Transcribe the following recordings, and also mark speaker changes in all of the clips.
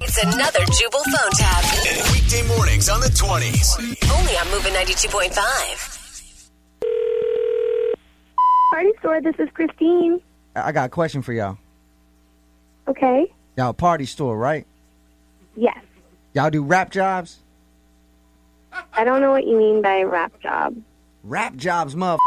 Speaker 1: It's another Jubal phone tab.
Speaker 2: Weekday mornings on the 20s.
Speaker 1: Only on Moving 92.5.
Speaker 3: Party store, this is Christine.
Speaker 4: I I got a question for y'all.
Speaker 3: Okay.
Speaker 4: Y'all a party store, right?
Speaker 3: Yes.
Speaker 4: Y'all do rap jobs?
Speaker 3: I don't know what you mean by rap job.
Speaker 4: Rap jobs, mother.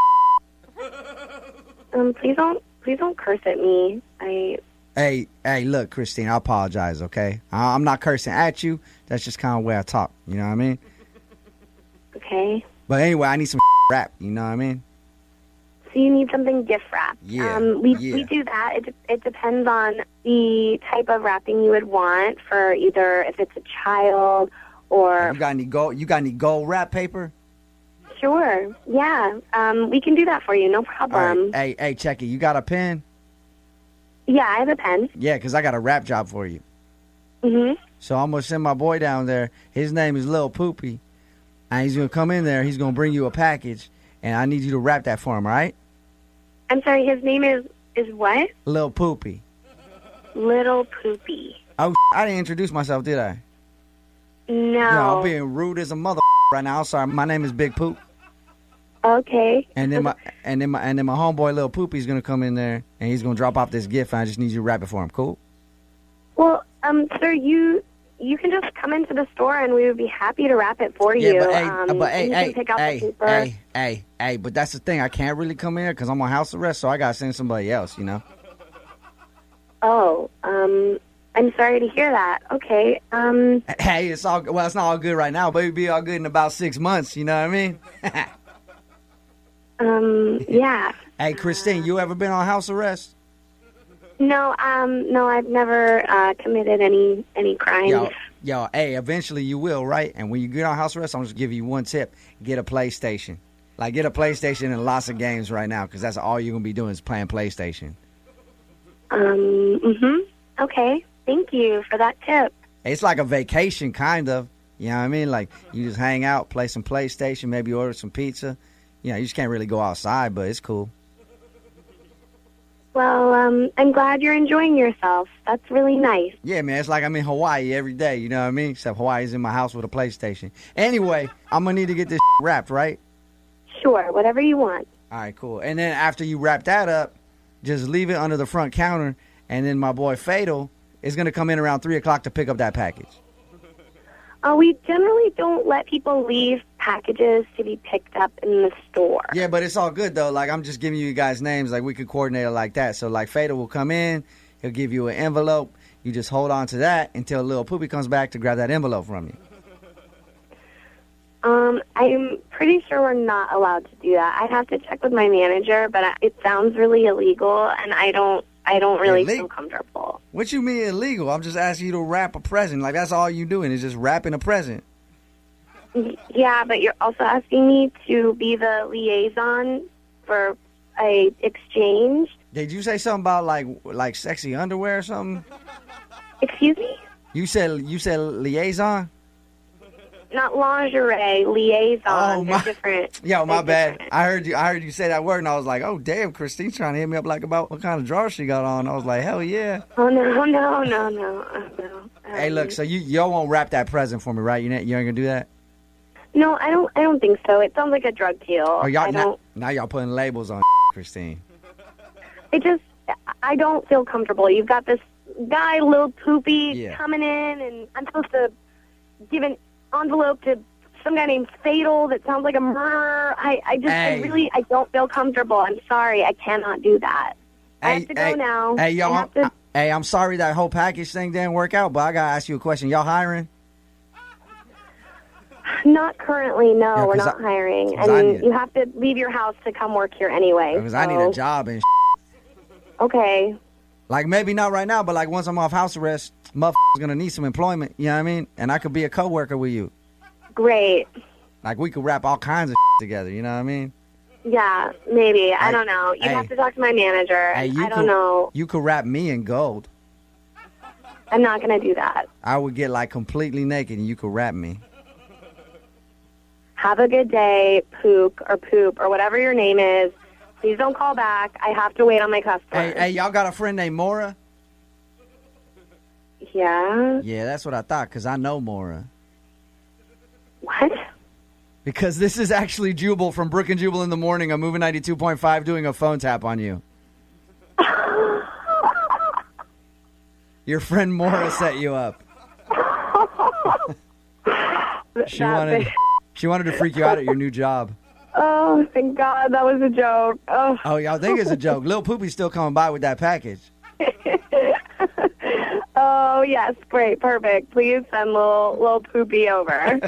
Speaker 3: Um, please don't please don't curse at me. I
Speaker 4: Hey, hey, look, Christine, I apologize, okay? I- I'm not cursing at you. That's just kind of way I talk. You know what I mean?
Speaker 3: okay.
Speaker 4: But anyway, I need some rap. You know what I mean?
Speaker 3: So you need something diff rap.
Speaker 4: Yeah,
Speaker 3: Um, we
Speaker 4: yeah.
Speaker 3: we do that. It de- it depends on the type of rapping you would want for either if it's a child or
Speaker 4: You got any gold? You got any gold rap paper?
Speaker 3: sure. Yeah. Um, we can do that for you. No
Speaker 4: All right.
Speaker 3: problem.
Speaker 4: Hey, hey, check it. You got a pen?
Speaker 3: Yeah, I have a pen.
Speaker 4: Yeah, cause I got a rap job for you.
Speaker 3: Mhm.
Speaker 4: So I'm gonna send my boy down there. His name is Lil Poopy, and he's gonna come in there. He's gonna bring you a package, and I need you to rap that for him, all right?
Speaker 3: I'm sorry. His name is is what?
Speaker 4: Lil Poopy.
Speaker 3: Little Poopy.
Speaker 4: Oh, I didn't introduce myself, did I?
Speaker 3: No.
Speaker 4: No, I'm being rude as a mother right now. I'm sorry. My name is Big Poop,
Speaker 3: okay.
Speaker 4: and then my and then my and then my homeboy Lil Poopy's gonna come in there, and he's gonna drop off this gift. And I just need you to rap it for him. Cool?
Speaker 3: Well, um, sir, you you can just come into the store and we would be happy to wrap it for you.
Speaker 4: Yeah, but hey, uh,
Speaker 3: um, and
Speaker 4: but hey,
Speaker 3: you
Speaker 4: hey,
Speaker 3: can pick out
Speaker 4: hey,
Speaker 3: the paper.
Speaker 4: hey, hey, hey, but that's the thing. I can't really come in because I'm on house arrest, so I gotta send somebody else. You know?
Speaker 3: Oh, um, I'm sorry to hear that. Okay, um,
Speaker 4: Hey, it's all well. It's not all good right now, but it'll be all good in about six months. You know what I mean?
Speaker 3: um, yeah.
Speaker 4: Hey, Christine, you ever been on house arrest?
Speaker 3: No, um, no, I've never uh, committed any any crimes.
Speaker 4: Yo, yo, hey, eventually you will, right? And when you get on house arrest, I'm just giving you one tip: get a PlayStation. Like, get a PlayStation and lots of games right now, because that's all you're gonna be doing is playing PlayStation.
Speaker 3: Um, hmm Okay, thank you for that tip.
Speaker 4: It's like a vacation, kind of. You know what I mean? Like, you just hang out, play some PlayStation, maybe order some pizza. You know, you just can't really go outside, but it's cool.
Speaker 3: Well, um, I'm glad you're enjoying yourself. That's really nice.
Speaker 4: Yeah, man, it's like I'm in Hawaii every day. You know what I mean? Except Hawaii's in my house with a PlayStation. Anyway, I'm gonna need to get this wrapped, right?
Speaker 3: Sure, whatever you want.
Speaker 4: All right, cool. And then after you wrap that up, just leave it under the front counter, and then my boy Fatal is gonna come in around three o'clock to pick up that package.
Speaker 3: Uh, we generally don't let people leave packages to be picked up in the store.
Speaker 4: Yeah, but it's all good though. Like I'm just giving you guys names. Like we could coordinate it like that. So like Fatal will come in, he'll give you an envelope. You just hold on to that until Lil Poopy comes back to grab that envelope from you.
Speaker 3: Um, I'm pretty sure we're not allowed to do that. I'd have to check with my manager, but I- it sounds really illegal, and I don't, I don't really feel
Speaker 4: Illegal?
Speaker 3: comfortable.
Speaker 4: What you mean illegal? I'm just asking you to wrap a present. Like that's all you doing is just wrapping a present.
Speaker 3: Y- Yeah, but you're also asking me to be the liaison for a exchange.
Speaker 4: Did you say something about like like sexy underwear or something?
Speaker 3: Excuse me,
Speaker 4: You said you said liaison.
Speaker 3: not lingerie, liaison.
Speaker 4: Oh,
Speaker 3: They're
Speaker 4: my-
Speaker 3: different.
Speaker 4: Yo, my
Speaker 3: They're
Speaker 4: bad.
Speaker 3: different.
Speaker 4: I heard you. I heard you say that word, and I was like, "Oh, damn!" Christine's trying to hit me up like about what kind of drawers she got on. I was like, "Hell yeah!"
Speaker 3: Oh no, no, no, no, oh, no.
Speaker 4: Hey,
Speaker 3: Um,
Speaker 4: look. So you y'all won't wrap that present for me, right? You ain't, you ain't gonna do that.
Speaker 3: No, I don't. I don't think so. It sounds like a drug deal.
Speaker 4: Oh, y'all
Speaker 3: I
Speaker 4: now,
Speaker 3: don't.
Speaker 4: now y'all putting labels on Christine.
Speaker 3: It just. I don't feel comfortable. You've got this guy, little poopy,
Speaker 4: Yeah.
Speaker 3: coming in, and I'm supposed to give an envelope to some guy named Fatal that sounds like a murderer. I, I just,
Speaker 4: Hey.
Speaker 3: I really, I don't feel comfortable. I'm sorry, I cannot do that. I
Speaker 4: hey,
Speaker 3: have to go
Speaker 4: hey,
Speaker 3: now.
Speaker 4: Hey, y'all.
Speaker 3: I
Speaker 4: I'm,
Speaker 3: have to-
Speaker 4: I- hey, I'm sorry that whole package thing didn't work out, but I gotta ask you a question. Y'all hiring?
Speaker 3: Not currently. No,
Speaker 4: Yeah,
Speaker 3: we're
Speaker 4: 'cause
Speaker 3: not
Speaker 4: I-
Speaker 3: hiring,
Speaker 4: 'cause I need-
Speaker 3: and you have to leave your house to come work here anyway.
Speaker 4: Because I need
Speaker 3: so-
Speaker 4: a job and
Speaker 3: Okay.
Speaker 4: Like maybe not right now, but like once I'm off house arrest, motherfucker's gonna need some employment. You know what I mean? And I could be a coworker with you.
Speaker 3: Great.
Speaker 4: Like we could wrap all kinds of together. You know what I mean?
Speaker 3: Yeah, maybe. I
Speaker 4: Hey,
Speaker 3: don't know. You
Speaker 4: hey.
Speaker 3: have to talk to my manager.
Speaker 4: Hey, you
Speaker 3: I don't
Speaker 4: could,
Speaker 3: know.
Speaker 4: You could wrap me in gold.
Speaker 3: I'm not going to do that.
Speaker 4: I would get like completely naked, and you could wrap me.
Speaker 3: Have a good day, Pook or Poop or whatever your name is. Please don't call back. I have to wait on my customer.
Speaker 4: Hey, hey, y'all got a friend named Mora?
Speaker 3: Yeah.
Speaker 4: Yeah, that's what I thought because I know Mora.
Speaker 3: What?
Speaker 4: Because this is actually Jubal from Brook and Jubal in the Morning on Moving 92.5 doing a phone tap on you. Your friend Mora set you up. She
Speaker 3: That
Speaker 4: wanted
Speaker 3: big-
Speaker 4: she wanted to freak you out at your new job.
Speaker 3: Oh, thank God, that was a joke. Oh,
Speaker 4: Oh, y'all think it's a joke. Lil Poopy's still coming by with that package.
Speaker 3: oh yes, great, perfect. Please send little little poopy over.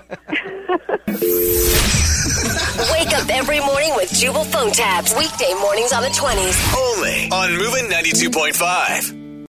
Speaker 1: Wake up every morning with Jubal phone tabs. Weekday mornings on the 20s.
Speaker 2: Only on Moving 92.5.